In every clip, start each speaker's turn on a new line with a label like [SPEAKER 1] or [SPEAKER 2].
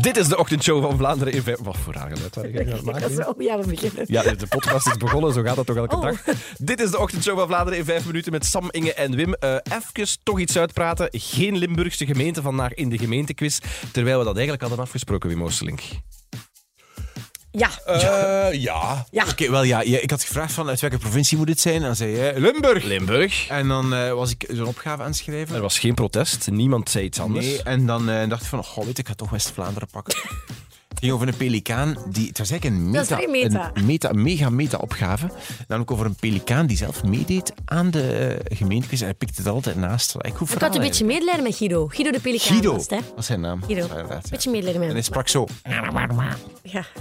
[SPEAKER 1] Dit is de ochtendshow van Vlaanderen in Vijf... Wat voor raar geluid waren jullie aan het maken?
[SPEAKER 2] Dat
[SPEAKER 1] hier?
[SPEAKER 2] we, oh ja, we beginnen.
[SPEAKER 1] Ja, de podcast is begonnen, zo gaat dat toch elke
[SPEAKER 2] Oh.
[SPEAKER 1] dag. Dit is de ochtendshow van Vlaanderen in vijf minuten met Sam, Inge en Wim. Eh even toch iets uitpraten. Geen Limburgse gemeente vandaag in de gemeentequiz, terwijl we dat eigenlijk hadden afgesproken, Wim Oosterlink.
[SPEAKER 2] Ja,
[SPEAKER 3] Eh, ja.
[SPEAKER 2] ja.
[SPEAKER 3] Oké, wel ja, ja, Ik had gevraagd van uit welke provincie moet dit zijn? Dan zei jij Limburg.
[SPEAKER 1] Limburg.
[SPEAKER 3] En dan eh, was ik zo'n opgave aan het schrijven.
[SPEAKER 1] Er was geen protest, niemand zei iets anders.
[SPEAKER 3] Nee, en dan eh, dacht ik van, goh, weet ik, ik ga toch West-Vlaanderen pakken. Het ging over een pelikaan die... Het was eigenlijk een meta...
[SPEAKER 2] Dat is vrij meta.
[SPEAKER 3] Een meta, mega meta opgave. Namelijk over een pelikaan die zelf meedeed aan de eh, gemeentequiz. En hij pikte het altijd naast. Ik goed
[SPEAKER 2] Ik had een
[SPEAKER 3] verhaal
[SPEAKER 2] beetje medelijden met Guido. Guido de Pelikaan
[SPEAKER 3] eigenlijk.
[SPEAKER 2] was het,
[SPEAKER 3] Guido,
[SPEAKER 2] hè?
[SPEAKER 3] dat is zijn naam.
[SPEAKER 2] Guido,
[SPEAKER 3] Dat is inderdaad, ja.
[SPEAKER 2] beetje medelijden met
[SPEAKER 3] En hij
[SPEAKER 2] hem.
[SPEAKER 3] sprak zo.
[SPEAKER 2] Ja.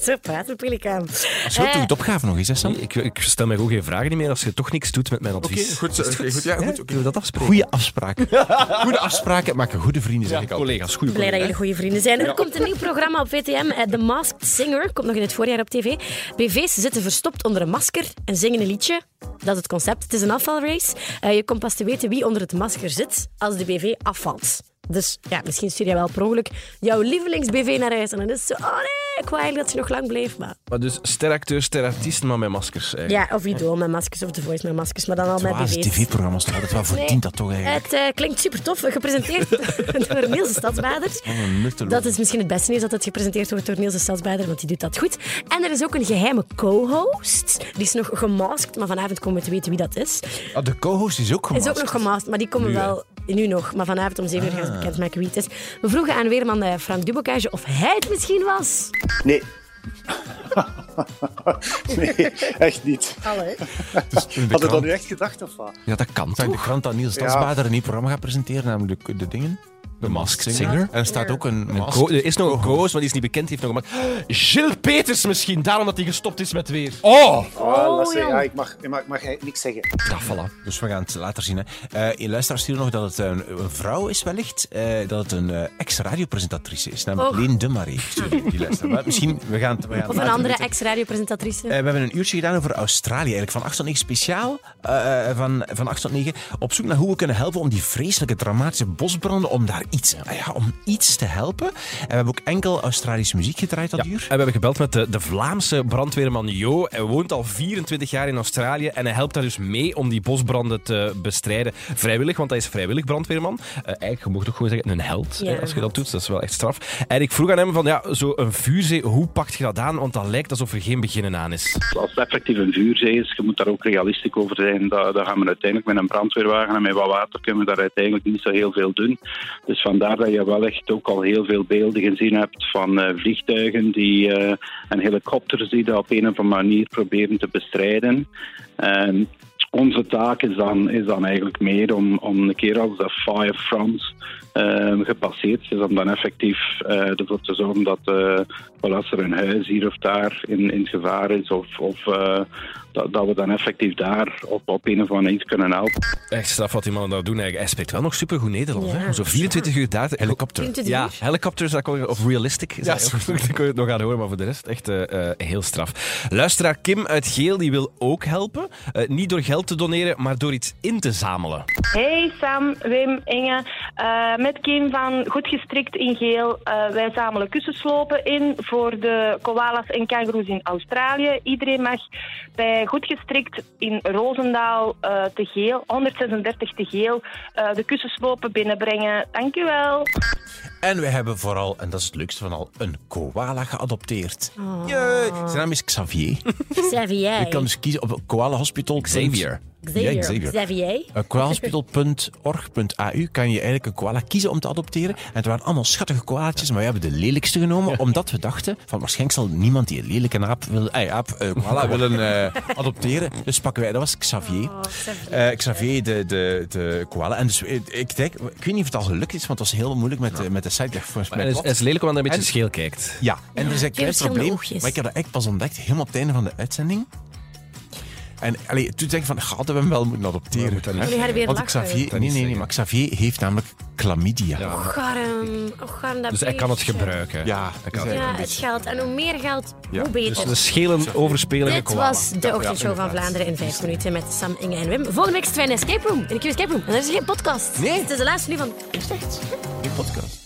[SPEAKER 2] Zo praat de Pelikaan.
[SPEAKER 3] Als je wilt, doe
[SPEAKER 2] Eh,
[SPEAKER 3] het opgave nog eens, hè, Sam?
[SPEAKER 1] Ik, ik stel mij gewoon geen vragen niet meer als je toch niks doet met mijn advies.
[SPEAKER 3] goed,
[SPEAKER 1] Is het
[SPEAKER 3] oké, goed, ja, goed,
[SPEAKER 1] Hè?
[SPEAKER 3] oké.
[SPEAKER 1] Kunnen we dat afspreken?
[SPEAKER 3] Goede afspraken. Goede afspraken maken goede vrienden, zeg
[SPEAKER 1] Ja,
[SPEAKER 3] ik al.
[SPEAKER 1] collega's, goede
[SPEAKER 2] Blij dat
[SPEAKER 1] collega's.
[SPEAKER 2] jullie goede vrienden zijn. Er komt een nieuw programma op VTM, eh, The Masked Singer. Komt nog in het voorjaar op tv. BV's zitten verstopt onder een masker en zingen een liedje. Dat is het concept. Het is een afvalrace. Eh, je komt pas te weten wie onder het masker zit als de BV afvalt. Dus ja, misschien stuur jij wel per ongeluk jouw lievelings-BV naar huis. En dan is het zo, oh nee, ik wou eigenlijk dat ze nog lang bleef. Maar
[SPEAKER 1] Maar dus steracteurs, sterartiesten, maar met maskers. Eigenlijk.
[SPEAKER 2] ja, of Idol met maskers of The Voice met maskers. Maar dan al met
[SPEAKER 3] Waar is
[SPEAKER 2] BV's.
[SPEAKER 3] tv-programma's toch altijd? Waar verdient dat toch eigenlijk?
[SPEAKER 2] Het eh, klinkt super tof, gepresenteerd door Niels de Stadsbader.
[SPEAKER 3] een nutteloos.
[SPEAKER 2] Dat is misschien het beste nieuws dat het gepresenteerd wordt door Niels de Stadsbader, want die doet dat goed. En er is ook een geheime co-host. Die is nog gemasked, maar vanavond komen we te weten wie dat is.
[SPEAKER 3] Ah, de co-host is ook
[SPEAKER 2] Is
[SPEAKER 3] gemaakt.
[SPEAKER 2] ook nog gemasked, maar die komen wel nu nog. Maar vanavond om 7 uur
[SPEAKER 3] Ah.
[SPEAKER 2] gaan ze bekendmaken wie het is. We vroegen aan Weerman eh, Frank Dubocage of hij het misschien was.
[SPEAKER 4] Nee. nee, echt niet. Hadden we dat nu echt gedacht of wat?
[SPEAKER 3] Ja, dat kan toch? de krant dat Niels Stadsbader een nieuw programma gaat presenteren, namelijk de, de dingen. De Masked Singer. En er staat ook een
[SPEAKER 1] Een
[SPEAKER 3] mask.
[SPEAKER 1] co- er is nog een co-host, maar die is niet bekend. Die heeft nog gemaakt. Gilles Peters misschien, daarom dat hij gestopt is met weer.
[SPEAKER 3] Oh!
[SPEAKER 4] Ah, dat is-
[SPEAKER 2] jong.
[SPEAKER 4] ja, ik mag, ik mag, ik mag eigenlijk niks zeggen.
[SPEAKER 1] Ja, voilà.
[SPEAKER 3] Dus we gaan het later zien. Hè. Eh luisteraar stuurde nog dat het een, een vrouw is wellicht. eh, dat het een eh, ex-radiopresentatrice is. Namelijk
[SPEAKER 2] Och.
[SPEAKER 3] Leen de Marie. Stuurde die luisteraar. Maar misschien, we gaan het we gaan het
[SPEAKER 2] Of een
[SPEAKER 3] later
[SPEAKER 2] andere
[SPEAKER 3] weten.
[SPEAKER 2] ex-radiopresentatrice.
[SPEAKER 3] Eh, we hebben een uurtje gedaan over Australië. Eigenlijk van 8 tot 9 speciaal. eh, eh, van, van 8 tot 9. Op zoek naar hoe we kunnen helpen om die vreselijke dramatische bosbranden. Om daar iets, ah ja, om iets te helpen. En we hebben ook enkel Australische muziek gedraaid dat
[SPEAKER 1] En
[SPEAKER 3] uur.
[SPEAKER 1] we hebben gebeld met de, de Vlaamse brandweerman Jo. Hij woont al 24 jaar in Australië en hij helpt daar dus mee om die bosbranden te bestrijden. Vrijwillig, want hij is vrijwillig brandweerman. Eh, eigenlijk, je mocht ook gewoon zeggen, een held
[SPEAKER 2] Ja,
[SPEAKER 1] hè, als je
[SPEAKER 2] een
[SPEAKER 1] dat doet. Dat is wel echt straf. En ik vroeg aan hem van, ja, zo'n vuurzee, hoe pakt je dat aan? Want dat lijkt alsof er geen beginnen aan is.
[SPEAKER 5] als het effectief een vuurzee is, je moet daar ook realistisch over zijn. Da- Daar gaan we uiteindelijk met een brandweerwagen en met wat water kunnen we daar uiteindelijk niet zo heel veel doen. Dus vandaar dat je wel echt ook al heel veel beelden gezien hebt van eh, vliegtuigen die, eh, en helikopters die dat op een of andere manier proberen te bestrijden. Ehm, onze taak is dan, is dan eigenlijk meer om, om een keer als de firefronts ehm gepasseerd is, om dan effectief eh, ervoor te zorgen dat eh, wel als er een huis hier of daar in, in gevaar is, of, of eh, dat, dat we dan effectief daar op, op een of andere iets kunnen helpen.
[SPEAKER 1] Echt straf wat die mannen daar doen eigenlijk. Hij spreekt wel nog supergoed Nederlands.
[SPEAKER 2] Ja,
[SPEAKER 1] hè? Zo 24 uur daar. Helikopter.
[SPEAKER 2] 24
[SPEAKER 1] Ja,
[SPEAKER 2] uur.
[SPEAKER 1] helicopters, dat kon je- of realistic. Is ja, dat ook? Dan kon je het nog aan horen, maar voor de rest echt eh, eh, heel straf. Luisteraar Kim uit Geel, die wil ook helpen. Eh, niet door geld te doneren, maar door iets in te zamelen.
[SPEAKER 6] Hey Sam, Wim, Inge. Eh, met Kim van Goed Gestrikt in Geel. Eh, wij zamelen kussenslopen in voor de koala's en kangoeroes in Australië. Iedereen mag bij Goed Gestrikt in Roosendaal eh, te Geel, 136 te Geel, eh, de kussenslopen binnenbrengen. Dank u wel.
[SPEAKER 3] En we hebben vooral, en dat is het leukste van al, een koala geadopteerd. Jee. Zijn naam is Xavier.
[SPEAKER 2] Xavier.
[SPEAKER 3] Je Eh. kan dus kiezen op koalahospital.
[SPEAKER 1] Xavier.
[SPEAKER 3] Ja,
[SPEAKER 2] Xavier. Xavier.
[SPEAKER 3] Uh, koalahospital.org.au kan je eigenlijk een koala kiezen om te adopteren. En het waren allemaal schattige koalaatjes, maar we hebben de lelijkste genomen. Omdat we dachten, van waarschijnlijk zal niemand die een lelijke aap, wil, ei, aap eh, koala willen eh, adopteren. Dus pakken wij, dat was Xavier. Eh, Xavier, de, de, de koala. En dus, eh, ik denk, ik weet niet of het al gelukt is, want het was heel moeilijk met, de met de site. Ik dacht, volgens mij
[SPEAKER 1] En het is,
[SPEAKER 3] klopt.
[SPEAKER 1] het is lelijk, want hij een beetje
[SPEAKER 3] En-
[SPEAKER 1] scheel kijkt.
[SPEAKER 3] Ja, en er is een klein
[SPEAKER 2] verschillende
[SPEAKER 3] probleem.
[SPEAKER 2] oogjes.
[SPEAKER 3] Maar ik heb dat echt pas ontdekt, helemaal op het einde van de uitzending. En allee, toen denk ik van, hadden we hem wel moeten adopteren.
[SPEAKER 1] moeten dat niet
[SPEAKER 3] hè?
[SPEAKER 2] Jullie hadden weer
[SPEAKER 3] Want
[SPEAKER 2] lachen.
[SPEAKER 3] Xavier,
[SPEAKER 1] Dat niet
[SPEAKER 3] nee, nee, nee,
[SPEAKER 1] zeggen.
[SPEAKER 3] maar Xavier heeft namelijk chlamydia. Ja,
[SPEAKER 2] Och, arm. Och, arm, dat
[SPEAKER 1] Dus hij kan het
[SPEAKER 2] beestje.
[SPEAKER 1] gebruiken. hij kan
[SPEAKER 3] dus
[SPEAKER 1] het
[SPEAKER 2] Ja,
[SPEAKER 3] eigenlijk-
[SPEAKER 2] het geld. En hoe meer geld,
[SPEAKER 3] Ja,
[SPEAKER 2] hoe beter.
[SPEAKER 1] Dus de schelen overspelige
[SPEAKER 2] Dit
[SPEAKER 1] koala.
[SPEAKER 2] was de ochtendshow van Vlaanderen in 5 minuten met Sam, Inge en Wim. Volgende week zijn we in Escape Room. In de Escape Room. En er is geen podcast.
[SPEAKER 3] Nee.
[SPEAKER 2] Het is de laatste nu van...
[SPEAKER 3] die podcast.